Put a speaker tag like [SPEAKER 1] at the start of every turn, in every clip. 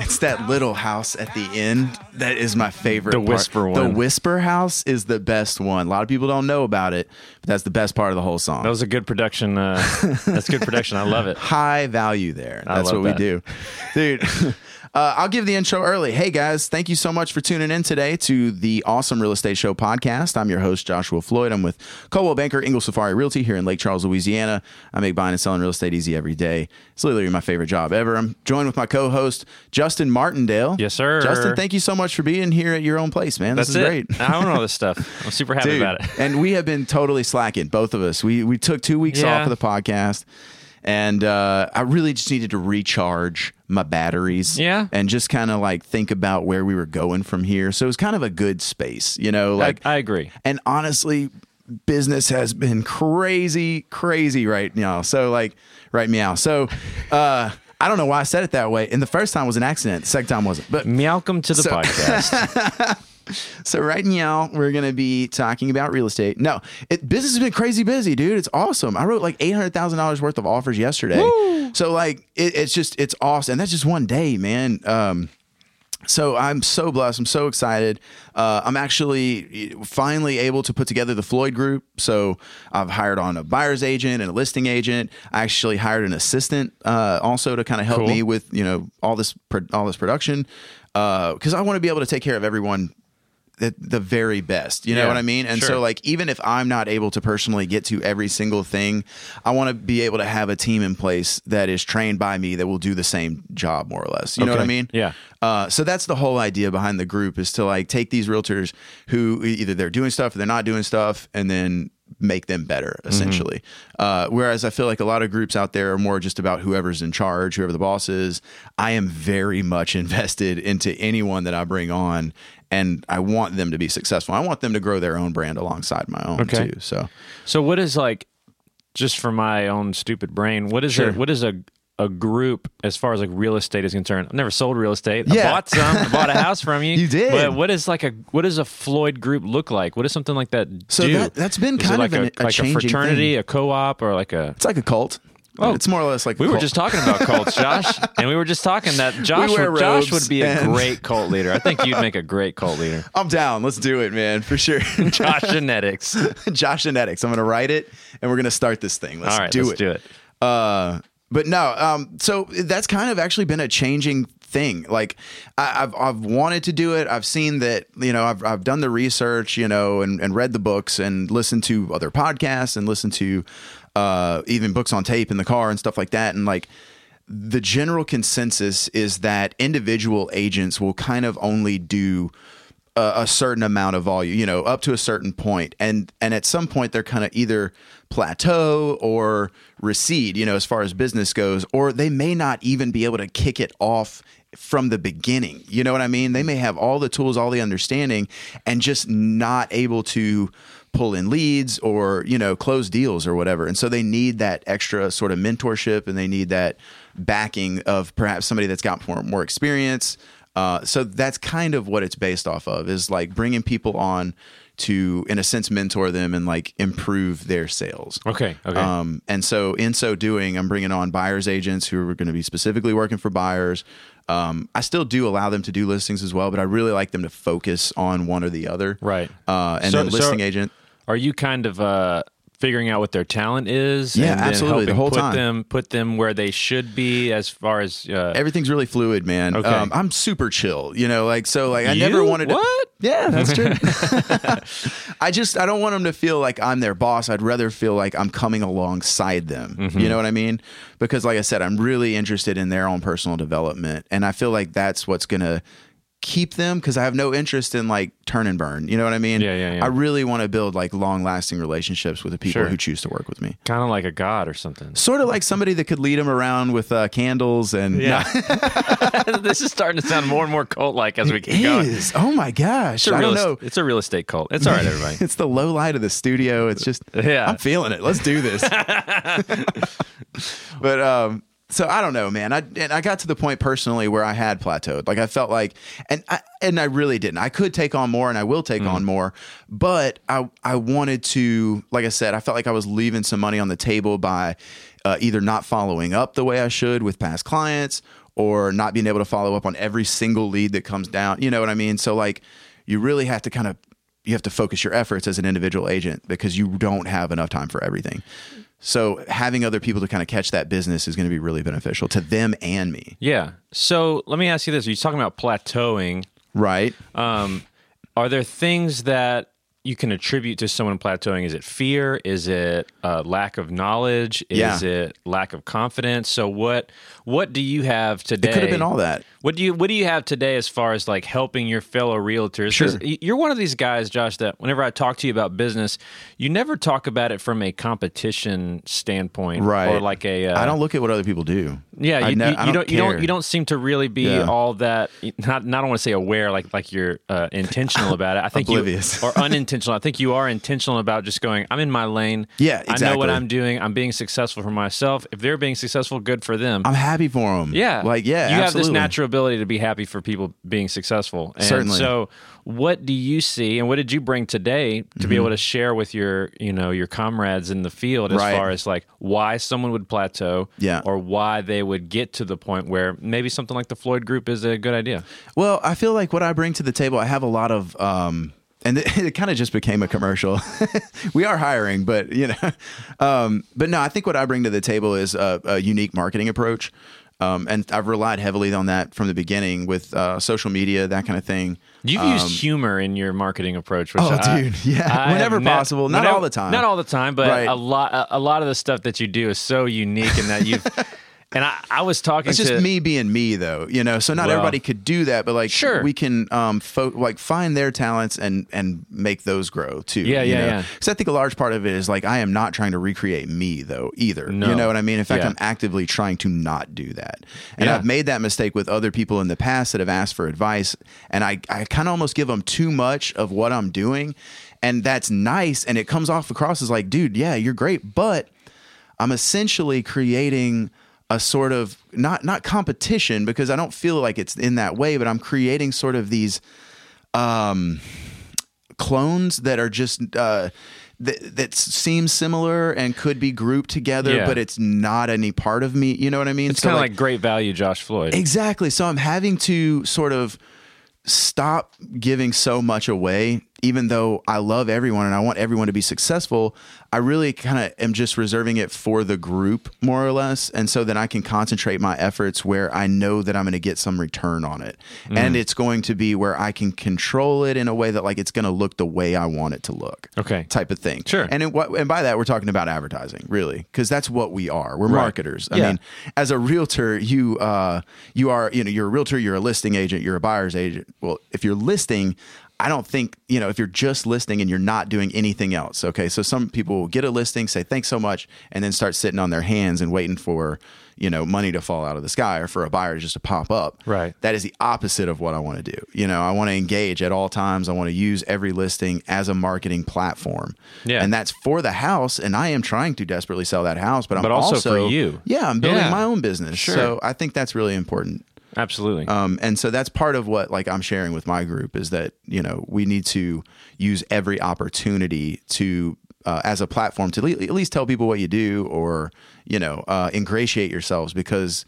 [SPEAKER 1] It's that little house at the end that is my favorite.
[SPEAKER 2] The
[SPEAKER 1] part.
[SPEAKER 2] whisper one.
[SPEAKER 1] The whisper house is the best one. A lot of people don't know about it, but that's the best part of the whole song.
[SPEAKER 2] That was a good production. Uh, that's good production. I love it.
[SPEAKER 1] high value there.
[SPEAKER 2] I
[SPEAKER 1] That's
[SPEAKER 2] love
[SPEAKER 1] what we
[SPEAKER 2] that.
[SPEAKER 1] do. Dude, uh, I'll give the intro early. Hey, guys, thank you so much for tuning in today to the Awesome Real Estate Show podcast. I'm your host, Joshua Floyd. I'm with Coldwell Banker, Ingle Safari Realty here in Lake Charles, Louisiana. I make buying and selling real estate easy every day. It's literally my favorite job ever. I'm joined with my co host, Justin Martindale.
[SPEAKER 2] Yes, sir.
[SPEAKER 1] Justin, thank you so much for being here at your own place, man.
[SPEAKER 2] That's
[SPEAKER 1] this is
[SPEAKER 2] it.
[SPEAKER 1] great.
[SPEAKER 2] I own all this stuff. I'm super happy
[SPEAKER 1] Dude,
[SPEAKER 2] about it.
[SPEAKER 1] and we have been totally slacking, both of us. We we took two weeks
[SPEAKER 2] Yeah.
[SPEAKER 1] off of the podcast, and uh, I really just needed to recharge my batteries.
[SPEAKER 2] Yeah.
[SPEAKER 1] and just kind of like think about where we were going from here. So it was kind of a good space, you know. Like,
[SPEAKER 2] I, I agree.
[SPEAKER 1] and honestly, business has been crazy, crazy right now. So like, right meow. So, uh, I don't know why I said it that way. And the first time was an accident. The second time wasn't, but.
[SPEAKER 2] Welcome to the
[SPEAKER 1] So-
[SPEAKER 2] podcast.
[SPEAKER 1] So right now we're gonna be talking about real estate. No, it, business has been crazy busy, dude. It's awesome. I wrote like eight hundred thousand dollars worth of offers yesterday. So like it, it's just it's awesome. And that's just one day, man. Um, so I'm so blessed. I'm so excited. Uh, I'm actually eh, finally able to put together the Floyd Group. So I've hired on a buyer's agent and a listing agent. I actually hired an assistant uh, also to kind of help
[SPEAKER 2] Cool.
[SPEAKER 1] me with you know all this pro- all this production because I want to be able to take care of everyone the, the very best. You know
[SPEAKER 2] Yeah,
[SPEAKER 1] what I mean? And
[SPEAKER 2] sure.
[SPEAKER 1] so like even if I'm not able to personally get to every single thing, I want to be able to have a team in place that is trained by me that will do the same job more or less. You know what I
[SPEAKER 2] Okay.
[SPEAKER 1] mean?
[SPEAKER 2] Yeah.
[SPEAKER 1] Uh, so that's the whole idea behind the group is to like take these realtors who e, either they're doing stuff or they're not doing stuff and then make them better
[SPEAKER 2] Mm-hmm.
[SPEAKER 1] essentially. Uh, whereas I feel like a lot of groups out there are more just about whoever's in charge, whoever the boss is. I am very much invested into anyone that I bring on and I want them to be successful. I want them to grow their own brand alongside my own
[SPEAKER 2] Okay.
[SPEAKER 1] too. So
[SPEAKER 2] so, what is like, just for my own stupid brain, what is a, what is a a group as far as like real estate is concerned? I've never sold real estate.
[SPEAKER 1] Yeah.
[SPEAKER 2] I bought some. I bought a house from you.
[SPEAKER 1] You did.
[SPEAKER 2] But what is like a what does a Floyd group look like? What does something like that
[SPEAKER 1] So
[SPEAKER 2] do?
[SPEAKER 1] that- that's been
[SPEAKER 2] Is it
[SPEAKER 1] kind
[SPEAKER 2] like
[SPEAKER 1] of an- a
[SPEAKER 2] a, like a
[SPEAKER 1] changing
[SPEAKER 2] fraternity, a co-op, or like a
[SPEAKER 1] it's like a cult.
[SPEAKER 2] Oh.
[SPEAKER 1] it's more or less like a
[SPEAKER 2] We were
[SPEAKER 1] cult.
[SPEAKER 2] just talking about cults, Josh, and we were just talking that Josh,
[SPEAKER 1] wear
[SPEAKER 2] would, Josh
[SPEAKER 1] robes
[SPEAKER 2] would be a
[SPEAKER 1] and-
[SPEAKER 2] great cult leader. I think you'd make a great cult leader.
[SPEAKER 1] I'm down. Let's do it, man, for sure.
[SPEAKER 2] Josh genetics.
[SPEAKER 1] Josh Genetics. I'm going to write it and we're going to start this thing. Let's
[SPEAKER 2] All right,
[SPEAKER 1] do
[SPEAKER 2] let's
[SPEAKER 1] it.
[SPEAKER 2] do it.
[SPEAKER 1] Uh, but no, um, so that's kind of actually been a changing thing. Like I, I've I've wanted to do it. I've seen that you know I've I've done the research, you know, and and read the books and listened to other podcasts and listened to uh, even books on tape in the car and stuff like that. And like the general consensus is that individual agents will kind of only do a, a certain amount of volume, you know, up to a certain point, and and at some point they're kind of either plateau or recede, you know, as far as business goes, or they may not even be able to kick it off from the beginning. You know what I mean? They may have all the tools, all the understanding, and just not able to pull in leads or you know close deals or whatever and so they need that extra sort of mentorship and they need that backing of perhaps somebody that's got more, more experience uh, so that's kind of what it's based off of is like bringing people on to in a sense mentor them and like improve their sales
[SPEAKER 2] Okay, okay.
[SPEAKER 1] um, and so, in so doing, I'm bringing on buyers agents who are going to be specifically working for buyers. Um, I still do allow them to do listings as well, but I really like them to focus on one or the other.
[SPEAKER 2] Right.
[SPEAKER 1] Uh, and
[SPEAKER 2] So-
[SPEAKER 1] then listing
[SPEAKER 2] so-
[SPEAKER 1] agent.
[SPEAKER 2] Are you kind of uh, figuring out what their talent is?
[SPEAKER 1] Yeah,
[SPEAKER 2] and then
[SPEAKER 1] absolutely, the
[SPEAKER 2] helping
[SPEAKER 1] whole
[SPEAKER 2] put
[SPEAKER 1] time.
[SPEAKER 2] Them, put them where they should be as far as uh,
[SPEAKER 1] Everything's really fluid, man.
[SPEAKER 2] Okay.
[SPEAKER 1] Um, I'm super chill, you know, like, so like I
[SPEAKER 2] You?
[SPEAKER 1] never wanted
[SPEAKER 2] What?
[SPEAKER 1] to. Yeah, that's true. I just, I don't want them to feel like I'm their boss. I'd rather feel like I'm coming alongside them.
[SPEAKER 2] Mm-hmm.
[SPEAKER 1] You know what I mean? Because like I said, I'm really interested in their own personal development. And I feel like that's what's going to keep them because I have no interest in like turn and burn. You know what I mean?
[SPEAKER 2] Yeah, yeah, yeah.
[SPEAKER 1] I really want to build like long lasting relationships with the people
[SPEAKER 2] Sure.
[SPEAKER 1] who choose to work with me.
[SPEAKER 2] kind of like a god or something.
[SPEAKER 1] Sort of like somebody that could lead them around with uh, candles and
[SPEAKER 2] this is starting to sound more and more cult like as we keep going.
[SPEAKER 1] is. Oh my gosh.
[SPEAKER 2] It's a
[SPEAKER 1] I
[SPEAKER 2] real
[SPEAKER 1] don't
[SPEAKER 2] est-
[SPEAKER 1] know.
[SPEAKER 2] It's a real estate cult. It's all right, everybody.
[SPEAKER 1] It's the low light of the studio. It's just
[SPEAKER 2] Yeah.
[SPEAKER 1] I'm feeling it. Let's do this. but um so I don't know, man. I and I got to the point personally where I had plateaued. Like I felt like, and I and I really didn't. I could take on more, and I will
[SPEAKER 2] Hmm.
[SPEAKER 1] take on more. But I I wanted to, like I said, I felt like I was leaving some money on the table by uh, either not following up the way I should with past clients, or not being able to follow up on every single lead that comes down. You know what I mean? So like, you really have to kind of you have to focus your efforts as an individual agent because you don't have enough time for everything. So having other people to kind of catch that business is going to be really beneficial to them and me,
[SPEAKER 2] Yeah. So let me ask you this: Are you talking about plateauing?
[SPEAKER 1] right?
[SPEAKER 2] Um, are there things that you can attribute to someone plateauing? Is it fear? Is it uh, lack of knowledge? Is
[SPEAKER 1] Yeah.
[SPEAKER 2] it lack of confidence? So what what do you have today?
[SPEAKER 1] Could have been all that.
[SPEAKER 2] What do you what do you have today as far as like helping your fellow realtors? 'Cause
[SPEAKER 1] Sure.
[SPEAKER 2] y- You're one of these guys, Josh, that whenever I talk to you about business, you never talk about it from a competition standpoint,
[SPEAKER 1] Right.
[SPEAKER 2] Or like a uh,
[SPEAKER 1] I don't look at what other people do.
[SPEAKER 2] yeah,
[SPEAKER 1] I
[SPEAKER 2] you,
[SPEAKER 1] know-
[SPEAKER 2] you,
[SPEAKER 1] I
[SPEAKER 2] you don't, you don't
[SPEAKER 1] care.
[SPEAKER 2] you don't seem to really be
[SPEAKER 1] Yeah.
[SPEAKER 2] all that not not I don't want to say aware like like you're uh, intentional about it. I think
[SPEAKER 1] Oblivious.
[SPEAKER 2] you or unintentional. I think you are intentional about just going. I'm in my lane.
[SPEAKER 1] Yeah,
[SPEAKER 2] I know what
[SPEAKER 1] exactly.
[SPEAKER 2] I'm doing. I'm being successful for myself. If they're being successful, good for them.
[SPEAKER 1] I'm happy for them.
[SPEAKER 2] yeah,
[SPEAKER 1] like yeah,
[SPEAKER 2] You have this
[SPEAKER 1] absolutely.
[SPEAKER 2] natural ability to be happy for people being successful. And
[SPEAKER 1] Certainly.
[SPEAKER 2] So, what do you see, and what did you bring today to
[SPEAKER 1] Mm-hmm.
[SPEAKER 2] be able to share with your you know your comrades in the field as
[SPEAKER 1] Right.
[SPEAKER 2] far as like why someone would plateau,
[SPEAKER 1] Yeah.
[SPEAKER 2] or why they would get to the point where maybe something like the Floyd Group is a good idea?
[SPEAKER 1] Well, I feel like what I bring to the table, I have a lot of, um, and it, it kind of just became a commercial. we are hiring, but you know, um, but no, I think what I bring to the table is a, a unique marketing approach, um, and I've relied heavily on that from the beginning with uh, social media, that kind of thing.
[SPEAKER 2] You've used humor in your marketing approach, which
[SPEAKER 1] Um, Oh,
[SPEAKER 2] I-
[SPEAKER 1] dude, yeah.
[SPEAKER 2] I
[SPEAKER 1] Whenever
[SPEAKER 2] have ne-
[SPEAKER 1] possible, not all the time.
[SPEAKER 2] not all the time, but
[SPEAKER 1] Right.
[SPEAKER 2] a lot, a, a lot of the stuff that you do is so unique in that you've. And I, I was talking
[SPEAKER 1] It's
[SPEAKER 2] to
[SPEAKER 1] just me being me, though, you know. So not
[SPEAKER 2] Well-
[SPEAKER 1] everybody could do that, but like,
[SPEAKER 2] Sure.
[SPEAKER 1] we can um, fo- like find their talents and and make those grow too.
[SPEAKER 2] Yeah,
[SPEAKER 1] you
[SPEAKER 2] yeah,
[SPEAKER 1] know?
[SPEAKER 2] yeah.
[SPEAKER 1] Because I think a large part of it is like I am not trying to recreate me though either.
[SPEAKER 2] No.
[SPEAKER 1] You know what I mean? In fact,
[SPEAKER 2] Yeah.
[SPEAKER 1] I'm actively trying to not do that, and
[SPEAKER 2] Yeah.
[SPEAKER 1] I've made that mistake with other people in the past that have asked for advice, and I I kind of almost give them too much of what I'm doing, and that's nice, and it comes off across as like, dude, yeah, you're great, but. I'm essentially creating a sort of not not competition because I don't feel like it's in that way, but I'm creating sort of these um, clones that are just uh, that that seem similar and could be grouped together,
[SPEAKER 2] Yeah.
[SPEAKER 1] but it's not any part of me. You know what I mean?
[SPEAKER 2] It's kind of like, great value, Josh Floyd.
[SPEAKER 1] Exactly. So I'm having to sort of stop giving so much away, even though I love everyone and I want everyone to be successful. I really kind of am just reserving it for the group, more or less. And so then I can concentrate my efforts where I know that I'm going to get some return on it. And it's going to be where I can control it in a way that, like, it's going to look the way I want it to look
[SPEAKER 2] Okay.
[SPEAKER 1] type of thing.
[SPEAKER 2] Sure.
[SPEAKER 1] And it, what- and by that we're talking about advertising, really, because that's what we are. We're marketers. I
[SPEAKER 2] Yeah.
[SPEAKER 1] mean, as a realtor, you uh, you are you know you're a realtor, you're a listing agent, you're a buyer's agent. Well, if you're listing. I don't think, you know, if you're just listing and you're not doing anything else, okay? So some people will get a listing, say thanks so much, and then start sitting on their hands and waiting for, you know, money to fall out of the sky or for a buyer just to pop up.
[SPEAKER 2] Right.
[SPEAKER 1] That is the opposite of what I want to do. You know, I want to engage at all times. I want to use every listing as a marketing platform.
[SPEAKER 2] Yeah.
[SPEAKER 1] And that's for the house. And I am trying to desperately sell that house, but I'm
[SPEAKER 2] But also for you.
[SPEAKER 1] Yeah, I'm building
[SPEAKER 2] Yeah.
[SPEAKER 1] my own business.
[SPEAKER 2] Sure.
[SPEAKER 1] So I think that's really important.
[SPEAKER 2] Absolutely.
[SPEAKER 1] Um, and so that's part of what like I'm sharing with my group is that you know we need to use every opportunity to uh, as a platform to le- at least tell people what you do or you know uh, ingratiate yourselves because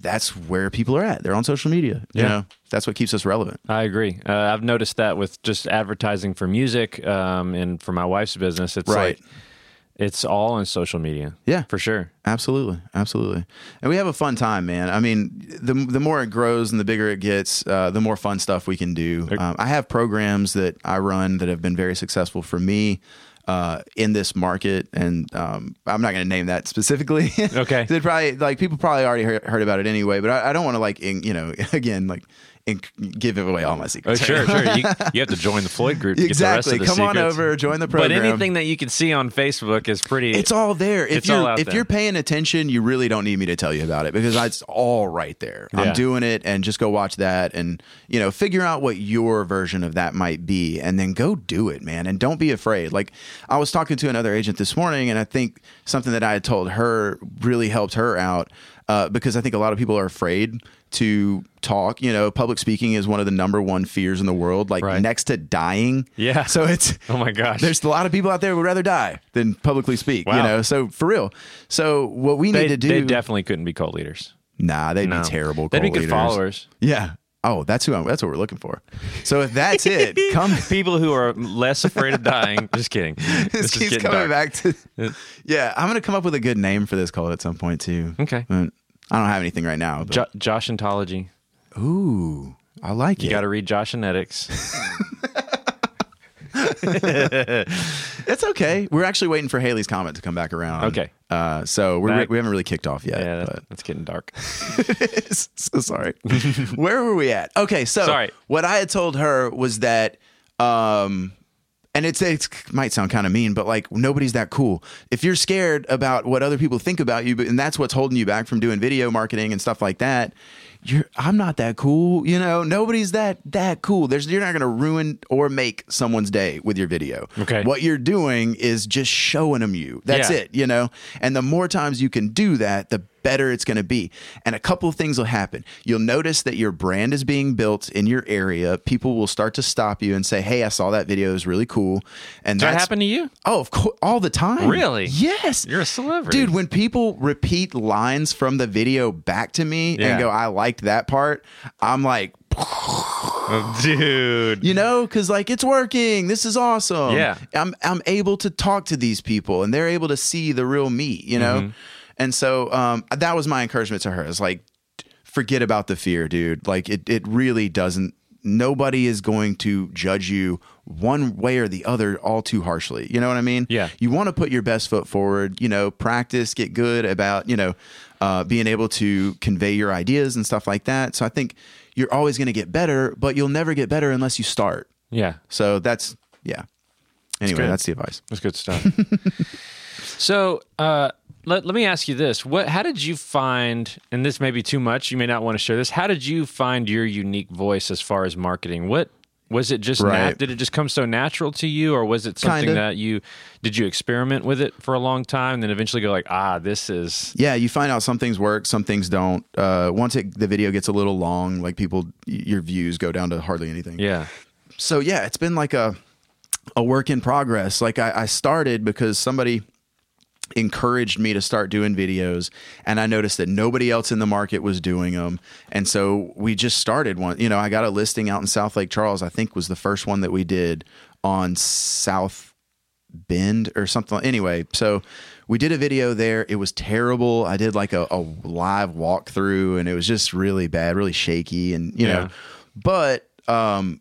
[SPEAKER 1] that's where people are at. They're on social media. You
[SPEAKER 2] Yeah.
[SPEAKER 1] know that's what keeps us relevant.
[SPEAKER 2] I agree. Uh, I've noticed that with just advertising for music um, and for my wife's business, it's
[SPEAKER 1] Right.
[SPEAKER 2] like it's all on social media.
[SPEAKER 1] Yeah.
[SPEAKER 2] for sure.
[SPEAKER 1] Absolutely, absolutely, and we have a fun time, man. I mean, the the more it grows and the bigger it gets, uh, the more fun stuff we can do. Um, I have programs that I run that have been very successful for me uh, in this market, and um, I'm not going to name that specifically.
[SPEAKER 2] Okay.
[SPEAKER 1] they probably like people probably already heard, heard about it anyway, but I, I don't want to like in, you know again like in, give away all my
[SPEAKER 2] Oh,
[SPEAKER 1] secrets.
[SPEAKER 2] sure, sure. You, you have to join the Floyd group. To
[SPEAKER 1] exactly.
[SPEAKER 2] Get the rest of the
[SPEAKER 1] Come on
[SPEAKER 2] secrets.
[SPEAKER 1] over, join the
[SPEAKER 2] But
[SPEAKER 1] program.
[SPEAKER 2] anything that you can see on Facebook is pretty.
[SPEAKER 1] It's all there. If
[SPEAKER 2] It's
[SPEAKER 1] you're
[SPEAKER 2] all out
[SPEAKER 1] if
[SPEAKER 2] there.
[SPEAKER 1] you're paying attention, you really don't need me to tell you about it because it's all right there.
[SPEAKER 2] Yeah.
[SPEAKER 1] I'm doing it and just go watch that and you know, figure out what your version of that might be and then go do it, man. And don't be afraid. Like I was talking to another agent this morning and I think something that I had told her really helped her out. uh, because I think a lot of people are afraid to talk. You know, public speaking is one of the number one fears in the world, like
[SPEAKER 2] Right.
[SPEAKER 1] next to dying.
[SPEAKER 2] Yeah.
[SPEAKER 1] So it's
[SPEAKER 2] Oh my gosh.
[SPEAKER 1] there's a lot of people out there who would rather die than publicly speak. You
[SPEAKER 2] Wow.
[SPEAKER 1] know, so for real. So what we
[SPEAKER 2] they,
[SPEAKER 1] need to do?
[SPEAKER 2] they definitely couldn't be cult leaders.
[SPEAKER 1] nah, they'd
[SPEAKER 2] No.
[SPEAKER 1] be terrible.
[SPEAKER 2] They'd be
[SPEAKER 1] cult
[SPEAKER 2] good
[SPEAKER 1] leaders.
[SPEAKER 2] followers.
[SPEAKER 1] Yeah. Oh, that's who I'm, that's what we're looking for. So if that's it, come.
[SPEAKER 2] People who are less afraid of dying. Just kidding.
[SPEAKER 1] This
[SPEAKER 2] is
[SPEAKER 1] keeps
[SPEAKER 2] getting
[SPEAKER 1] coming back
[SPEAKER 2] dark.
[SPEAKER 1] to. Yeah, I'm gonna come up with a good name for this cult at some point too.
[SPEAKER 2] Okay.
[SPEAKER 1] But I don't have anything right now. But,
[SPEAKER 2] Jo- Josh Ontology.
[SPEAKER 1] ooh, I like it.
[SPEAKER 2] You got to read Josh Genetics.
[SPEAKER 1] It's okay. We're actually waiting for Haley's comment to come back around.
[SPEAKER 2] Okay.
[SPEAKER 1] Uh, so we're,
[SPEAKER 2] Back-
[SPEAKER 1] we haven't really kicked off yet.
[SPEAKER 2] Yeah,
[SPEAKER 1] but-
[SPEAKER 2] that's, that's getting dark.
[SPEAKER 1] so sorry. Where were we at? Okay, so
[SPEAKER 2] Sorry.
[SPEAKER 1] what I had told her was that, um, and it's, it's might sound kind of mean, but like nobody's that cool. If you're scared about what other people think about you, but and that's what's holding you back from doing video marketing and stuff like that. You're, I'm not that cool, you know. Nobody's that that cool. There's you're not going to ruin or make someone's day with your video.
[SPEAKER 2] Okay.
[SPEAKER 1] What you're doing is just showing them you. That's
[SPEAKER 2] Yeah.
[SPEAKER 1] it it, you know? And the more times you can do that, the better it's going to be. And a couple of things will happen. You'll notice that your brand is being built in your area. People will start to stop you and say, "Hey, I saw that video. It was really cool." And
[SPEAKER 2] Does that
[SPEAKER 1] that's-
[SPEAKER 2] happen to you?
[SPEAKER 1] Oh, of course, all the time.
[SPEAKER 2] Really?
[SPEAKER 1] Yes.
[SPEAKER 2] You're a celebrity.
[SPEAKER 1] Dude, when people repeat lines from the video back to me
[SPEAKER 2] Yeah.
[SPEAKER 1] and go, "I liked that part," I'm like,
[SPEAKER 2] Oh, dude.
[SPEAKER 1] you know, because like it's working. This is awesome.
[SPEAKER 2] Yeah.
[SPEAKER 1] I'm I'm able to talk to these people, and they're able to see the real me. You know,
[SPEAKER 2] Mm-hmm.
[SPEAKER 1] and so um, that was my encouragement to her. It's like, forget about the fear, dude. Like it it really doesn't. Nobody is going to judge you one way or the other all too harshly. You know what I mean?
[SPEAKER 2] Yeah.
[SPEAKER 1] You want to put your best foot forward. You know, practice, get good about you know. Uh, being able to convey your ideas and stuff like that. So I think you're always going to get better, but you'll never get better unless you start.
[SPEAKER 2] Yeah.
[SPEAKER 1] So that's yeah. Anyway,
[SPEAKER 2] good.
[SPEAKER 1] that's, the advice.
[SPEAKER 2] That's good stuff. so uh, let, let me ask you this: What? How did you find? And this may be too much. You may not want to share this. How did you find your unique voice as far as marketing? What was it? Just
[SPEAKER 1] Right.
[SPEAKER 2] nat- did it just come so natural to you, or was it something
[SPEAKER 1] Kinda.
[SPEAKER 2] that you did you experiment with it for a long time, and then eventually go like, ah, this is
[SPEAKER 1] Yeah, you find out some things work, some things don't. Uh, once it, the video gets a little long, like people, your views go down to hardly anything.
[SPEAKER 2] yeah,
[SPEAKER 1] so yeah, it's been like a a work in progress. Like I, I started because somebody encouraged me to start doing videos and I noticed that nobody else in the market was doing them. And so we just started one. You know, I got a listing out in South Lake Charles, I think was the first one that we did on South Bend or something. Anyway, so we did a video there. It was terrible. I did like a, a live walkthrough and it was just really bad, really shaky and you
[SPEAKER 2] Yeah.
[SPEAKER 1] know. But um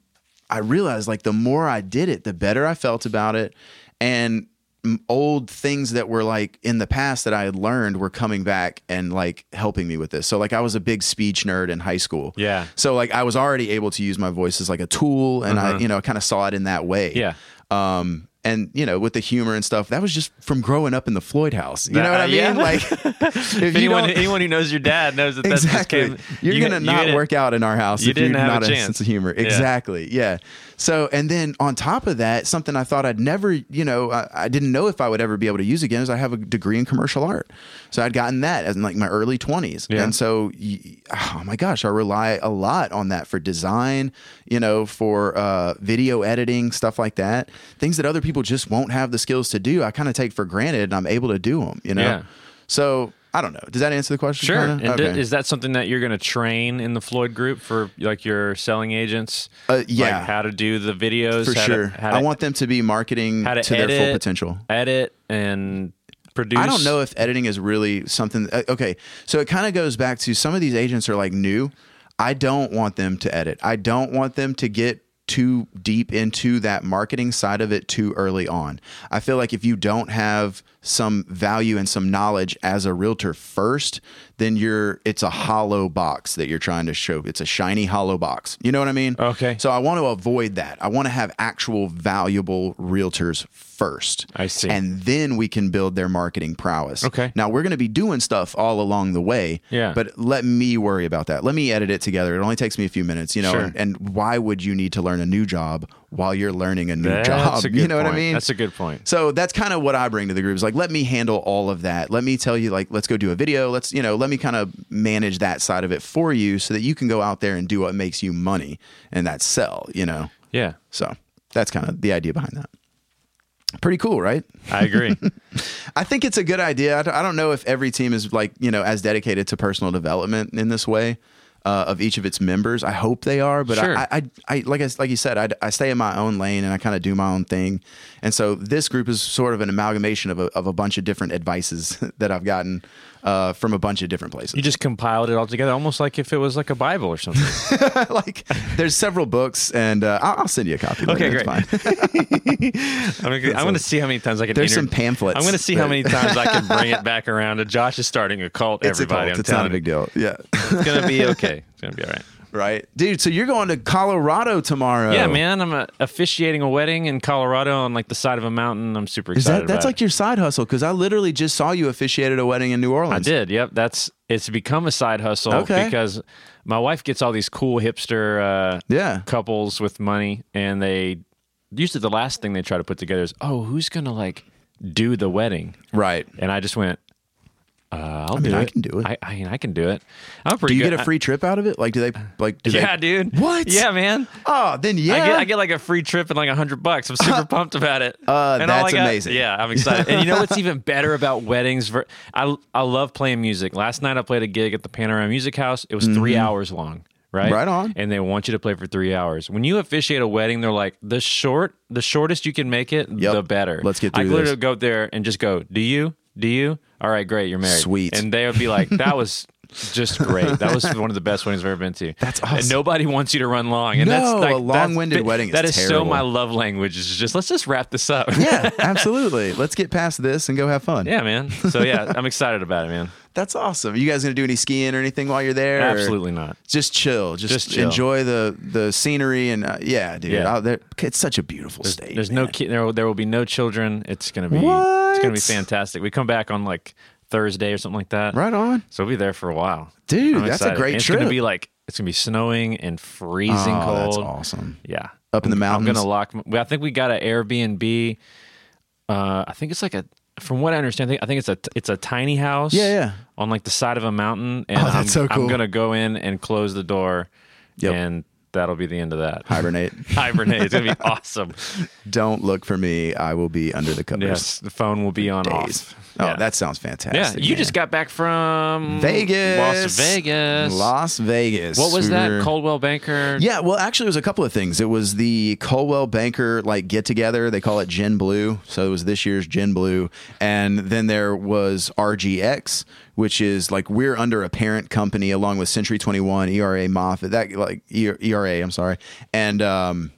[SPEAKER 1] I realized like the more I did it, the better I felt about it. And m- old things that were like in the past that I had learned were coming back and like helping me with this. So like I was a big speech nerd in high school.
[SPEAKER 2] Yeah.
[SPEAKER 1] So like I was already able to use my voice as like a tool and I, you know, kind of saw it in that way.
[SPEAKER 2] Uh-huh. Yeah.
[SPEAKER 1] Um and you know, with the humor and stuff, that was just from growing up in the Floyd house. You know what I
[SPEAKER 2] Uh,
[SPEAKER 1] mean?
[SPEAKER 2] yeah.
[SPEAKER 1] Like if you
[SPEAKER 2] anyone
[SPEAKER 1] don't-
[SPEAKER 2] anyone who knows your dad knows that that's just
[SPEAKER 1] exactly.
[SPEAKER 2] came,
[SPEAKER 1] you're
[SPEAKER 2] you-
[SPEAKER 1] gonna
[SPEAKER 2] you
[SPEAKER 1] not
[SPEAKER 2] hit it.
[SPEAKER 1] work out in our house
[SPEAKER 2] You
[SPEAKER 1] if
[SPEAKER 2] didn't
[SPEAKER 1] you're
[SPEAKER 2] have a
[SPEAKER 1] not a,
[SPEAKER 2] chance.
[SPEAKER 1] sense of humor. Exactly. Yeah. So and then on top of that, something I thought I'd never, you know, I, I didn't know if I would ever be able to use again is I have a degree in commercial art. So I'd gotten that as in like my early 20s.
[SPEAKER 2] Yeah.
[SPEAKER 1] And so y- oh my gosh, I rely a lot on that for design, you know, for uh, video editing, stuff like that. Things that other people just won't have the skills to do. I kind of take for granted and I'm able to do them, you know.
[SPEAKER 2] Yeah.
[SPEAKER 1] So I don't know. Does that answer the question?
[SPEAKER 2] Sure.
[SPEAKER 1] kinda?
[SPEAKER 2] And d-
[SPEAKER 1] Okay.
[SPEAKER 2] is that something that you're going to train in the Floyd group for like your selling agents?
[SPEAKER 1] Uh, yeah.
[SPEAKER 2] Like how to do the videos
[SPEAKER 1] for
[SPEAKER 2] how
[SPEAKER 1] sure.
[SPEAKER 2] To, how to
[SPEAKER 1] I want them to be marketing
[SPEAKER 2] how
[SPEAKER 1] to,
[SPEAKER 2] to
[SPEAKER 1] their full
[SPEAKER 2] edit.
[SPEAKER 1] potential.
[SPEAKER 2] edit and produce.
[SPEAKER 1] I don't know if editing is really something. uh, Okay, so it kind of goes back to some of these agents are like new. I don't want them to edit. I don't want them to get too deep into that marketing side of it too early on. I feel like if you don't have some value and some knowledge as a realtor first, then you're it's a hollow box that you're trying to show. It's a shiny hollow box. You know what I mean?
[SPEAKER 2] Okay.
[SPEAKER 1] So I want to avoid that. I want to have actual valuable realtors first.
[SPEAKER 2] I see.
[SPEAKER 1] And then we can build their marketing prowess.
[SPEAKER 2] Okay.
[SPEAKER 1] Now we're going to be doing stuff all along the way.
[SPEAKER 2] Yeah.
[SPEAKER 1] But let me worry about that. Let me edit it together. It only takes me a few minutes, you know.
[SPEAKER 2] Sure.
[SPEAKER 1] And, and why would you need to learn a new job while you're learning a new
[SPEAKER 2] That's
[SPEAKER 1] job.
[SPEAKER 2] a good
[SPEAKER 1] you know what
[SPEAKER 2] point.
[SPEAKER 1] I mean?
[SPEAKER 2] That's a good point.
[SPEAKER 1] So that's kind of what I bring to the group. Is like, let me handle all of that. Let me tell you, like, let's go do a video. Let's, you know, let me kind of manage that side of it for you so that you can go out there and do what makes you money and that's sell, you know?
[SPEAKER 2] Yeah,
[SPEAKER 1] So that's kind of the idea behind that. Pretty cool, right?
[SPEAKER 2] I agree.
[SPEAKER 1] I think it's a good idea. I don't- I don't know if every team is like, you know, as dedicated to personal development in this way. Uh, of each of its members, I hope they are, but
[SPEAKER 2] Sure.
[SPEAKER 1] I, I, I, like I, like you said, I, I stay in my own lane and I kind of do my own thing, and so this group is sort of an amalgamation of a, of a bunch of different advices that I've gotten uh, from a bunch of different places.
[SPEAKER 2] you just compiled it all together, almost like if it was like a Bible or something.
[SPEAKER 1] like, there's several books, and uh, I'll, I'll send you a copy.
[SPEAKER 2] Okay,
[SPEAKER 1] later. It's
[SPEAKER 2] great.
[SPEAKER 1] fine.
[SPEAKER 2] I'm gonna, I'm gonna see how many times I can.
[SPEAKER 1] There's
[SPEAKER 2] inter-
[SPEAKER 1] some pamphlets
[SPEAKER 2] I'm gonna see how
[SPEAKER 1] that-
[SPEAKER 2] many times I can bring it back around. to Josh is starting a cult.
[SPEAKER 1] It's a
[SPEAKER 2] everybody,
[SPEAKER 1] cult.
[SPEAKER 2] I'm
[SPEAKER 1] It's not a
[SPEAKER 2] telling
[SPEAKER 1] big deal. Yeah.
[SPEAKER 2] you, it's gonna be okay. It's gonna be all right.
[SPEAKER 1] Right, dude. So you're going to Colorado tomorrow?
[SPEAKER 2] Yeah, man, I'm uh, officiating a wedding in Colorado on like the side of a mountain. I'm super
[SPEAKER 1] Is
[SPEAKER 2] excited.
[SPEAKER 1] that that's
[SPEAKER 2] about
[SPEAKER 1] like
[SPEAKER 2] it.
[SPEAKER 1] your side hustle? Because I literally just saw you officiated a wedding in New Orleans.
[SPEAKER 2] I did. Yep, that's it's become a side hustle
[SPEAKER 1] Okay.
[SPEAKER 2] because my wife gets all these cool hipster uh,
[SPEAKER 1] Yeah.
[SPEAKER 2] couples with money, and they usually the last thing they try to put together is, oh, who's gonna like do the wedding?
[SPEAKER 1] Right.
[SPEAKER 2] And I just went, uh, I'll
[SPEAKER 1] mean,
[SPEAKER 2] do
[SPEAKER 1] I
[SPEAKER 2] it.
[SPEAKER 1] can do it.
[SPEAKER 2] I, I mean, I can do it. I'm pretty
[SPEAKER 1] Do you
[SPEAKER 2] good.
[SPEAKER 1] get a free trip out of it? Like, do they like? Do
[SPEAKER 2] I- yeah,
[SPEAKER 1] they,
[SPEAKER 2] dude.
[SPEAKER 1] What?
[SPEAKER 2] Yeah, man.
[SPEAKER 1] Oh, then yeah.
[SPEAKER 2] I, get, I get like a free trip and like a hundred bucks. I'm super pumped about it.
[SPEAKER 1] Uh,
[SPEAKER 2] And all I
[SPEAKER 1] that's
[SPEAKER 2] got-
[SPEAKER 1] amazing.
[SPEAKER 2] Yeah, I'm excited. and you know what's even better about weddings? Ver- I I love playing music. Last night I played a gig at the Panorama Music House. It was three hours long. Right.
[SPEAKER 1] Mm-hmm. Right on.
[SPEAKER 2] And they want you to play for three hours. When you officiate a wedding, they're like the short, the shortest you can make it, the better.
[SPEAKER 1] Let's get
[SPEAKER 2] I
[SPEAKER 1] through
[SPEAKER 2] could
[SPEAKER 1] this.
[SPEAKER 2] literally go there and just go. Do you? Do you? All right, great. You're married.
[SPEAKER 1] Sweet.
[SPEAKER 2] And they would be like, that was. Just great. That was one of the best weddings I've ever been to. That's
[SPEAKER 1] awesome.
[SPEAKER 2] And nobody wants you to run long. And that's
[SPEAKER 1] No,
[SPEAKER 2] like,
[SPEAKER 1] a long-winded
[SPEAKER 2] that's-
[SPEAKER 1] wedding is
[SPEAKER 2] That is so
[SPEAKER 1] terrible.
[SPEAKER 2] my love language. Is just let's just wrap this up.
[SPEAKER 1] yeah, absolutely. Let's get past this and go have fun.
[SPEAKER 2] yeah, man. So yeah, I'm excited about it, man.
[SPEAKER 1] That's awesome. You guys gonna do any skiing or anything while you're there? or-
[SPEAKER 2] Absolutely not.
[SPEAKER 1] Just chill. Just,
[SPEAKER 2] Just chill.
[SPEAKER 1] enjoy the the scenery and uh, yeah, dude.
[SPEAKER 2] Yeah.
[SPEAKER 1] Out there, it's such a beautiful state.
[SPEAKER 2] There's
[SPEAKER 1] man.
[SPEAKER 2] no kid. There, will- there will be no children. It's gonna be. It's gonna be
[SPEAKER 1] What?
[SPEAKER 2] fantastic. We come back on like Thursday or something like that.
[SPEAKER 1] Right on.
[SPEAKER 2] So we'll be there for a while,
[SPEAKER 1] Dude,
[SPEAKER 2] I'm
[SPEAKER 1] that's a
[SPEAKER 2] excited.
[SPEAKER 1] great
[SPEAKER 2] And It's gonna
[SPEAKER 1] trip.
[SPEAKER 2] be like it's gonna be snowing and freezing
[SPEAKER 1] Oh,
[SPEAKER 2] cold.
[SPEAKER 1] that's awesome.
[SPEAKER 2] Yeah.
[SPEAKER 1] Up in the
[SPEAKER 2] I'm- I'm
[SPEAKER 1] mountains?
[SPEAKER 2] gonna lock. my- I think we got an Airbnb. Uh, I think it's like a. From what I understand, I think- I think it's a it's a tiny house.
[SPEAKER 1] Yeah, yeah.
[SPEAKER 2] On like the side of a mountain, and
[SPEAKER 1] Oh, that's
[SPEAKER 2] I'm,
[SPEAKER 1] so
[SPEAKER 2] I'm
[SPEAKER 1] cool.
[SPEAKER 2] gonna go in and close the door,
[SPEAKER 1] Yep.
[SPEAKER 2] and that'll be the end of that.
[SPEAKER 1] Hibernate.
[SPEAKER 2] Hibernate. It's gonna be awesome.
[SPEAKER 1] Don't look for me. I will be under the covers.
[SPEAKER 2] Yes, the phone will be on
[SPEAKER 1] days.
[SPEAKER 2] off.
[SPEAKER 1] Oh,
[SPEAKER 2] yeah.
[SPEAKER 1] that sounds
[SPEAKER 2] yeah.
[SPEAKER 1] fantastic.
[SPEAKER 2] You
[SPEAKER 1] man.
[SPEAKER 2] just got back from
[SPEAKER 1] Vegas,
[SPEAKER 2] Las Vegas.
[SPEAKER 1] Las Vegas.
[SPEAKER 2] what was
[SPEAKER 1] We
[SPEAKER 2] that?
[SPEAKER 1] were-
[SPEAKER 2] Coldwell Banker.
[SPEAKER 1] yeah, well, actually, it was a couple of things. It was the Colwell Banker like get together. They call it Gin Blue, so it was this year's Gin Blue, and then there was RGX, which is like we're under a parent company along with Century E Twenty One, ERA, Moffitt, that like E ERA. I'm sorry, and um,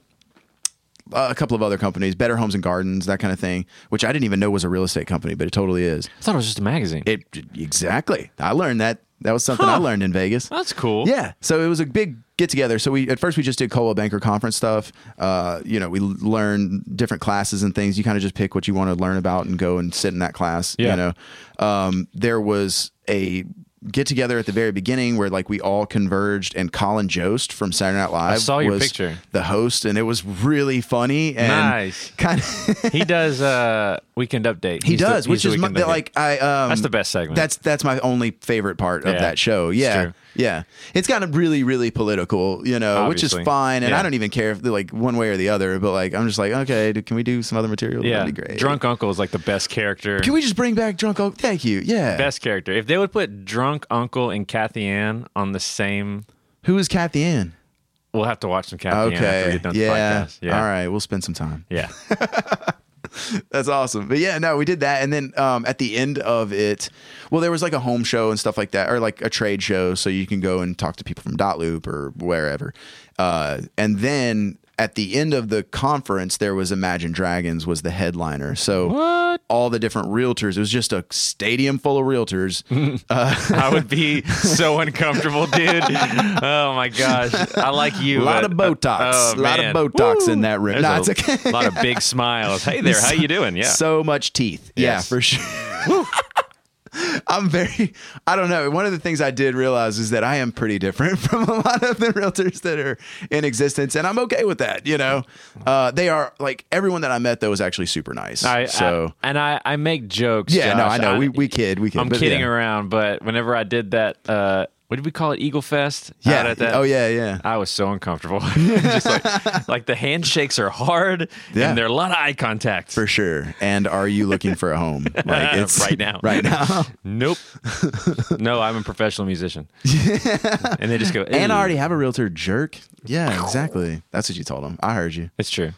[SPEAKER 1] a couple of other companies, Better Homes and Gardens, that kind of thing, which I didn't even know was a real estate company, but it totally is.
[SPEAKER 2] I thought it was just a magazine.
[SPEAKER 1] It exactly. I learned that. That was something I
[SPEAKER 2] Huh.
[SPEAKER 1] learned in Vegas.
[SPEAKER 2] That's cool.
[SPEAKER 1] Yeah. So it was a big get together. So we at first we just did Coldwell Banker conference stuff. Uh, you know, we l- learned different classes and things. You kind of just pick what you want to learn about and go and sit in that class.
[SPEAKER 2] Yeah.
[SPEAKER 1] You know, um, there was a get together at the very beginning where like we all converged and Colin Jost from Saturday Night Live
[SPEAKER 2] saw your
[SPEAKER 1] was
[SPEAKER 2] picture.
[SPEAKER 1] the host and it was really funny and
[SPEAKER 2] Nice.
[SPEAKER 1] kind of
[SPEAKER 2] he does uh weekend update.
[SPEAKER 1] He does, which is my, like I. Um,
[SPEAKER 2] That's the best segment.
[SPEAKER 1] That's that's my only favorite part
[SPEAKER 2] Yeah.
[SPEAKER 1] of that show.
[SPEAKER 2] It's
[SPEAKER 1] Yeah,
[SPEAKER 2] true.
[SPEAKER 1] yeah. It's gotten really, really political, you know, which
[SPEAKER 2] Obviously.
[SPEAKER 1] is fine, and
[SPEAKER 2] Yeah.
[SPEAKER 1] I don't even care if like one way or the other. But like, I'm just like, okay, d- can we do some other material?
[SPEAKER 2] yeah.
[SPEAKER 1] That'd be great.
[SPEAKER 2] Drunk Uncle is like the best character.
[SPEAKER 1] Can we just bring back drunk? Uncle? Thank you. Yeah.
[SPEAKER 2] best character. If they would put Drunk Uncle and Kathy Ann on the same,
[SPEAKER 1] Who is Kathy Ann?
[SPEAKER 2] we'll have to watch some Kathy Ann after we
[SPEAKER 1] Okay.
[SPEAKER 2] get done with
[SPEAKER 1] Yeah.
[SPEAKER 2] the podcast. Yeah.
[SPEAKER 1] All right. We'll spend some time.
[SPEAKER 2] Yeah.
[SPEAKER 1] That's awesome. But yeah, no, we did that. And then um, at the end of it, well, there was like a home show and stuff like that, or like a trade show. So you can go and talk to people from Dot Loop or wherever. Uh, and then at the end of the conference, there was Imagine Dragons was the headliner. So
[SPEAKER 2] What?
[SPEAKER 1] all the different realtors, it was just a stadium full of realtors.
[SPEAKER 2] I would be so uncomfortable, dude. Oh my gosh. I like you.
[SPEAKER 1] a lot
[SPEAKER 2] but-
[SPEAKER 1] of Botox.
[SPEAKER 2] Oh,
[SPEAKER 1] a lot
[SPEAKER 2] man.
[SPEAKER 1] of Botox in
[SPEAKER 2] Woo.
[SPEAKER 1] that room.
[SPEAKER 2] There's
[SPEAKER 1] No,
[SPEAKER 2] a
[SPEAKER 1] it's okay.
[SPEAKER 2] lot of big smiles. Hey there, how you doing? Yeah.
[SPEAKER 1] So much teeth. Yeah,
[SPEAKER 2] Yes.
[SPEAKER 1] for sure. I'm very, I don't know. One of the things I did realize is that I am pretty different from a lot of the realtors that are in existence, and I'm okay with that. You know, uh, they are like everyone that I met though was actually super nice.
[SPEAKER 2] Mm-hmm. I,
[SPEAKER 1] so
[SPEAKER 2] I- and I, I make jokes.
[SPEAKER 1] yeah, no,
[SPEAKER 2] Josh.
[SPEAKER 1] I know we we kid, we kid.
[SPEAKER 2] I'm
[SPEAKER 1] but
[SPEAKER 2] kidding
[SPEAKER 1] yeah.
[SPEAKER 2] around, but whenever I did that, uh, what did we call it? Eagle Fest?
[SPEAKER 1] Yeah.
[SPEAKER 2] Out at that-
[SPEAKER 1] oh yeah, yeah.
[SPEAKER 2] I was so uncomfortable. Just like, like the handshakes are hard
[SPEAKER 1] Yeah.
[SPEAKER 2] and there are a lot of eye contact.
[SPEAKER 1] For sure. And are you looking for a home? Like
[SPEAKER 2] Uh, Right now.
[SPEAKER 1] Right now.
[SPEAKER 2] Nope. no, I'm a professional musician. and they just go,
[SPEAKER 1] And I
[SPEAKER 2] "Ew."
[SPEAKER 1] already have a realtor jerk. Yeah, exactly. That's what you told him. I heard you.
[SPEAKER 2] It's true.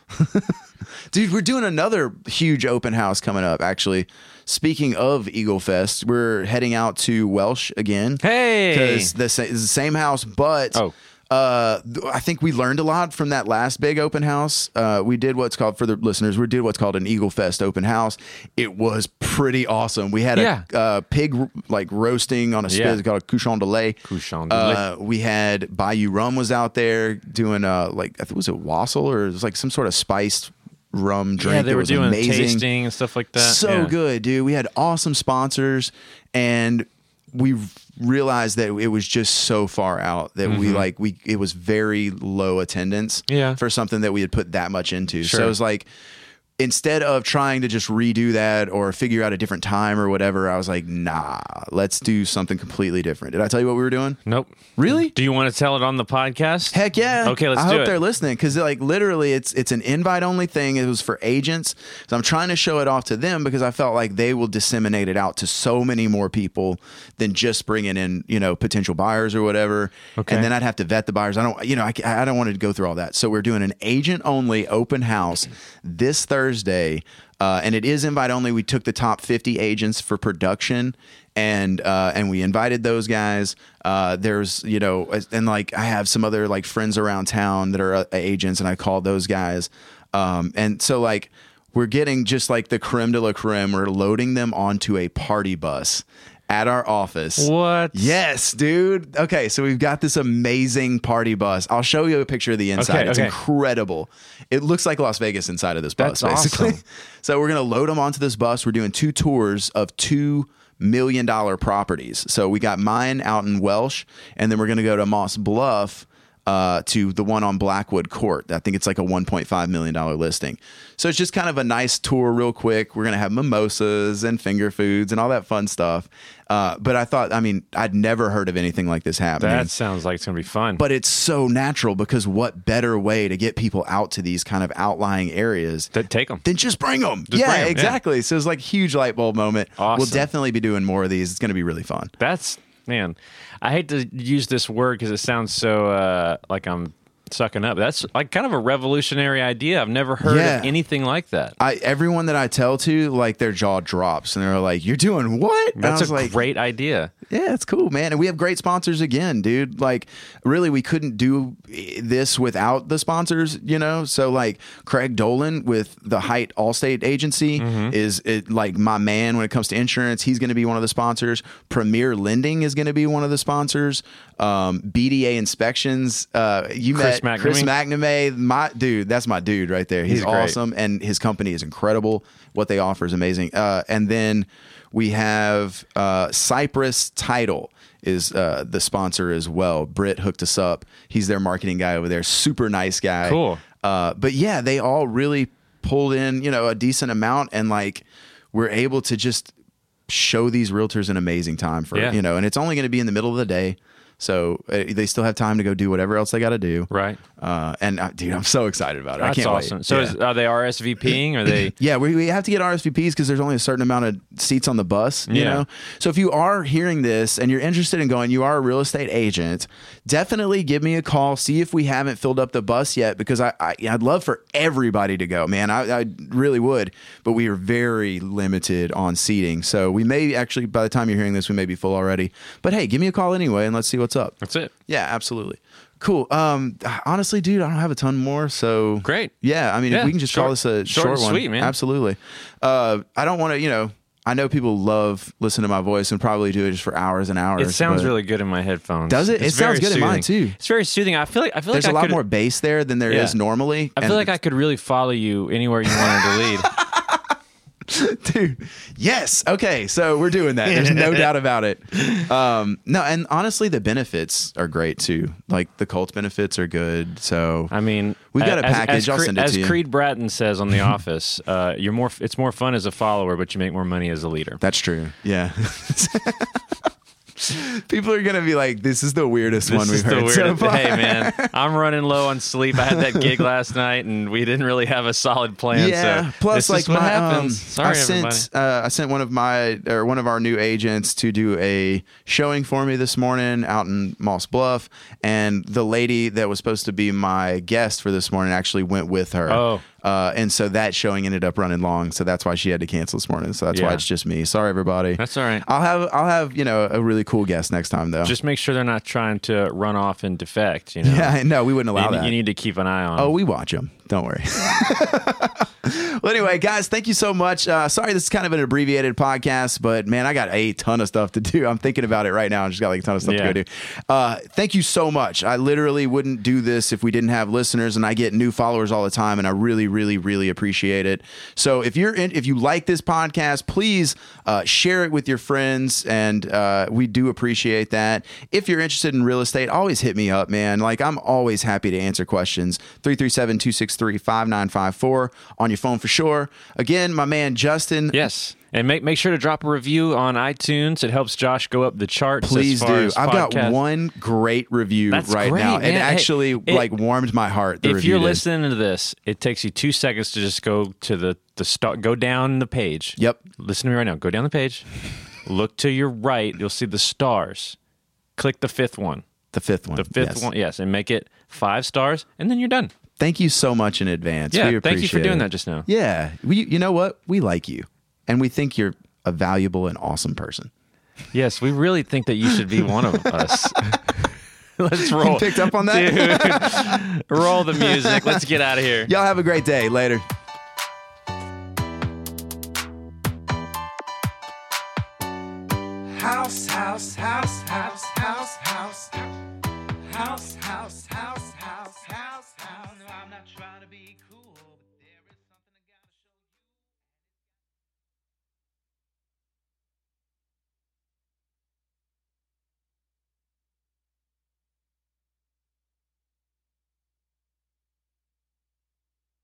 [SPEAKER 1] Dude, we're doing another huge open house coming up, actually. Speaking of Eagle Fest, we're heading out to Welsh again.
[SPEAKER 2] Hey.
[SPEAKER 1] Because the, sa- it's the same house, but.
[SPEAKER 2] Oh.
[SPEAKER 1] Uh, th- I think we learned a lot from that last big open house. Uh, we did what's called for the listeners. We did what's called an Eagle Fest open house. It was pretty awesome. We had
[SPEAKER 2] Yeah.
[SPEAKER 1] a uh, pig r- like roasting on a spit
[SPEAKER 2] Yeah.
[SPEAKER 1] It's called a couchon de lait.
[SPEAKER 2] Couchon de lait.
[SPEAKER 1] Uh, we had Bayou Rum was out there doing uh like I think it was a wassail or it was like some sort of spiced rum drink.
[SPEAKER 2] Yeah, they
[SPEAKER 1] It
[SPEAKER 2] were
[SPEAKER 1] was
[SPEAKER 2] doing
[SPEAKER 1] amazing.
[SPEAKER 2] tasting and stuff like that.
[SPEAKER 1] So
[SPEAKER 2] Yeah.
[SPEAKER 1] good, dude. We had awesome sponsors and we realized that it was just so far out that we like we it was very low attendance
[SPEAKER 2] Mm-hmm. Yeah.
[SPEAKER 1] for something that we had put that much into. So
[SPEAKER 2] Sure.
[SPEAKER 1] it was like instead of trying to just redo that or figure out a different time or whatever, I was like, nah, let's do something completely different. Did I tell you what we were doing?
[SPEAKER 2] Nope.
[SPEAKER 1] Really?
[SPEAKER 2] Do you want to tell it on the podcast?
[SPEAKER 1] Heck yeah.
[SPEAKER 2] Okay, let's
[SPEAKER 1] I
[SPEAKER 2] do
[SPEAKER 1] hope
[SPEAKER 2] it.
[SPEAKER 1] they're listening because like literally it's it's an invite only thing. It was for agents. So I'm trying to show it off to them because I felt like they will disseminate it out to so many more people than just bringing in, you know, potential buyers or whatever.
[SPEAKER 2] Okay.
[SPEAKER 1] And then I'd have to vet the buyers. I don't, you know, I, ca- I don't want to go through all that. So we're doing an agent only open house this Thursday. Uh, and it is invite only. We took the top 50 agents for production and uh, and we invited those guys. Uh, there's you know and like I have some other like friends around town that are uh, agents, and I called those guys. Um, and so like we're getting just like the creme de la creme. We're loading them onto a party bus at our office.
[SPEAKER 2] What?
[SPEAKER 1] Yes, dude. Okay, so we've got this amazing party bus. I'll show you a picture of the inside.
[SPEAKER 2] Okay,
[SPEAKER 1] it's
[SPEAKER 2] okay.
[SPEAKER 1] incredible. It looks like Las Vegas inside of this bus,
[SPEAKER 2] That's
[SPEAKER 1] basically.
[SPEAKER 2] awesome.
[SPEAKER 1] So we're gonna load them onto this bus. We're doing two tours of two million dollar properties. So we got mine out in Welsh, and then we're gonna go to Moss Bluff. Uh, to the one on Blackwood Court. I think it's like a $1.5 million listing. So it's just kind of a nice tour, real quick. We're going to have mimosas and finger foods and all that fun stuff. Uh, but I thought, I mean, I'd never heard of anything like this happening.
[SPEAKER 2] That sounds like it's going to be fun.
[SPEAKER 1] but it's so natural because what better way to get people out to these kind of outlying areas
[SPEAKER 2] Th- take them.
[SPEAKER 1] then just bring them. yeah,
[SPEAKER 2] bring 'em, yeah.
[SPEAKER 1] exactly. So it's like huge light bulb moment. We'll
[SPEAKER 2] Awesome.
[SPEAKER 1] definitely be doing more of these. It's going to be really fun.
[SPEAKER 2] That's man. I hate to use this word because it sounds so uh, like I'm sucking up. That's like kind of a revolutionary idea. I've never heard
[SPEAKER 1] Yeah.
[SPEAKER 2] of anything like that.
[SPEAKER 1] I everyone that I tell to like their jaw drops and they're like, "You're doing what?" And I
[SPEAKER 2] That's
[SPEAKER 1] was
[SPEAKER 2] a
[SPEAKER 1] like,
[SPEAKER 2] great idea.
[SPEAKER 1] Yeah, it's cool, man. And we have great sponsors again, dude. Like, really, we couldn't do eh, this without the sponsors, you know? So, like, Craig Dolan with the Height Allstate Agency is it, like my man when it comes to insurance. He's going to be one of the sponsors. Premier Lending is going to be one of the sponsors. Um, BDA Inspections. Uh, you
[SPEAKER 2] Chris
[SPEAKER 1] met Chris McNamee. My dude, that's my dude right there. He's,
[SPEAKER 2] He's great.
[SPEAKER 1] awesome Um, and his company is incredible. What they offer is amazing. Uh, and then we have uh, Cypress Title is uh, the sponsor as well. Britt hooked us up. He's their marketing guy over there. Super nice guy.
[SPEAKER 2] Cool.
[SPEAKER 1] Uh, but yeah, they all really pulled in you know a decent amount and like we're able to just show these realtors an amazing time for
[SPEAKER 2] Yeah.
[SPEAKER 1] you know and it's only going to be in the middle of the day so uh, they still have time to go do whatever else they got to do
[SPEAKER 2] Right.
[SPEAKER 1] uh, and uh, dude i'm so excited about it
[SPEAKER 2] That's
[SPEAKER 1] i can't
[SPEAKER 2] awesome.
[SPEAKER 1] wait
[SPEAKER 2] So
[SPEAKER 1] Yeah.
[SPEAKER 2] is, are they RSVPing? Are they?
[SPEAKER 1] Yeah, we, we have to get RSVPs because there's only a certain amount of seats on the bus, you
[SPEAKER 2] Yeah.
[SPEAKER 1] know? So if you are hearing this and you're interested in going, you are a real estate agent, definitely give me a call. See if we haven't filled up the bus yet because I, I, I'd love for everybody to go, man. I, I really would, but we are very limited on seating. So we may actually, by the time you're hearing this, we may be full already. But hey, give me a call anyway and let's see what's up.
[SPEAKER 2] That's it.
[SPEAKER 1] Yeah, absolutely. Cool. Um, honestly, dude, I don't have a ton more. So
[SPEAKER 2] Great.
[SPEAKER 1] Yeah, I mean, if
[SPEAKER 2] Yeah,
[SPEAKER 1] we can just call
[SPEAKER 2] short-
[SPEAKER 1] this a
[SPEAKER 2] short
[SPEAKER 1] short,
[SPEAKER 2] and
[SPEAKER 1] one.
[SPEAKER 2] sweet, man.
[SPEAKER 1] Absolutely. Uh, I don't want to, you know, I know people love listening to my voice and probably do it just for hours and hours.
[SPEAKER 2] It sounds
[SPEAKER 1] but
[SPEAKER 2] really good in my headphones.
[SPEAKER 1] Does it?
[SPEAKER 2] It's
[SPEAKER 1] It sounds
[SPEAKER 2] very
[SPEAKER 1] good in mine,
[SPEAKER 2] soothing.
[SPEAKER 1] too.
[SPEAKER 2] It's very soothing. I feel like I feel
[SPEAKER 1] There's
[SPEAKER 2] like
[SPEAKER 1] a
[SPEAKER 2] I
[SPEAKER 1] lot
[SPEAKER 2] could-
[SPEAKER 1] more bass there than there is
[SPEAKER 2] Yeah.
[SPEAKER 1] normally.
[SPEAKER 2] I feel like I could really follow you anywhere you wanted to lead.
[SPEAKER 1] dude yes okay so we're doing that there's no doubt about it um no and honestly the benefits are great too like the cult benefits are good so
[SPEAKER 2] I mean,
[SPEAKER 1] We've got a
[SPEAKER 2] as-
[SPEAKER 1] package.
[SPEAKER 2] As,
[SPEAKER 1] I'll
[SPEAKER 2] Cre-
[SPEAKER 1] send it
[SPEAKER 2] as
[SPEAKER 1] to you.
[SPEAKER 2] Creed Bratton says on The Office, uh, you're more. It's more fun as a follower, but you make more money as a leader.
[SPEAKER 1] that's true yeah people are gonna be like this is the weirdest one
[SPEAKER 2] This
[SPEAKER 1] we've
[SPEAKER 2] is the
[SPEAKER 1] heard so
[SPEAKER 2] weirdest-
[SPEAKER 1] far
[SPEAKER 2] Hey man, I'm running low on sleep. I had that gig last night, and we didn't really have a solid plan.
[SPEAKER 1] Yeah.
[SPEAKER 2] So
[SPEAKER 1] Plus,
[SPEAKER 2] this
[SPEAKER 1] like
[SPEAKER 2] is what
[SPEAKER 1] my, um,
[SPEAKER 2] happens. Sorry,
[SPEAKER 1] I sent
[SPEAKER 2] everybody.
[SPEAKER 1] uh, I sent one of my or one of our new agents to do a showing for me this morning out in Moss Bluff, and the lady that was supposed to be my guest for this morning actually went with her.
[SPEAKER 2] Oh.
[SPEAKER 1] Uh, and so that showing ended up running long, so that's why she had to cancel this morning. So that's why
[SPEAKER 2] Yeah.
[SPEAKER 1] it's just me. Sorry, everybody.
[SPEAKER 2] That's all right.
[SPEAKER 1] I'll have I'll have you know a really cool guest next time though.
[SPEAKER 2] Just make sure they're not trying to run off and defect. You know,
[SPEAKER 1] yeah, no, we wouldn't allow
[SPEAKER 2] Oh. you,
[SPEAKER 1] that.
[SPEAKER 2] you need to keep an eye on.
[SPEAKER 1] Oh, we watch them. Don't worry. well, anyway, guys, thank you so much. Uh, sorry, this is kind of an abbreviated podcast, but man, I got a ton of stuff to do. I'm thinking about it right now. I just got like a ton of stuff
[SPEAKER 2] Yeah.
[SPEAKER 1] to go do. Uh, thank you so much. I literally wouldn't do this if we didn't have listeners, and I get new followers all the time, and I really, really, really appreciate it. So if you're in, if you like this podcast, please uh, share it with your friends, and uh, we do appreciate that. If you're interested in real estate, always hit me up, man. Like I'm always happy to answer questions. 337-263-5954 on your phone for sure. Again, my man Justin.
[SPEAKER 2] Yes. And make make sure to drop a review on iTunes. It helps Josh go up the charts. as
[SPEAKER 1] Please
[SPEAKER 2] far
[SPEAKER 1] do.
[SPEAKER 2] as
[SPEAKER 1] I've got
[SPEAKER 2] podcasts.
[SPEAKER 1] one great review
[SPEAKER 2] That's
[SPEAKER 1] right
[SPEAKER 2] great,
[SPEAKER 1] now.
[SPEAKER 2] man.
[SPEAKER 1] It
[SPEAKER 2] Hey,
[SPEAKER 1] actually
[SPEAKER 2] it-
[SPEAKER 1] like warmed my heart. The
[SPEAKER 2] If
[SPEAKER 1] review
[SPEAKER 2] you're
[SPEAKER 1] did.
[SPEAKER 2] listening to this, it takes you two seconds to just go to the the start. Go down the page.
[SPEAKER 1] Yep.
[SPEAKER 2] Listen to me right now. Go down the page. Look to your right. You'll see the stars. Click the fifth one.
[SPEAKER 1] the fifth one.
[SPEAKER 2] The fifth
[SPEAKER 1] yes.
[SPEAKER 2] one. Yes, and make it five stars, and then you're done.
[SPEAKER 1] Thank you so much in advance.
[SPEAKER 2] Yeah.
[SPEAKER 1] we appreciate
[SPEAKER 2] thank you for doing
[SPEAKER 1] it.
[SPEAKER 2] that just now.
[SPEAKER 1] Yeah. We you know what? We like you. And we think you're a valuable and awesome person.
[SPEAKER 2] Yes, we really think that you should be one of us. Let's roll.
[SPEAKER 1] picked up on that?
[SPEAKER 2] Dude, roll the music. Let's get out of here.
[SPEAKER 1] Y'all have a great day. Later.
[SPEAKER 3] House, house, house, house, house, house. House, house, house, house, house, house. I'm not trying to be cool.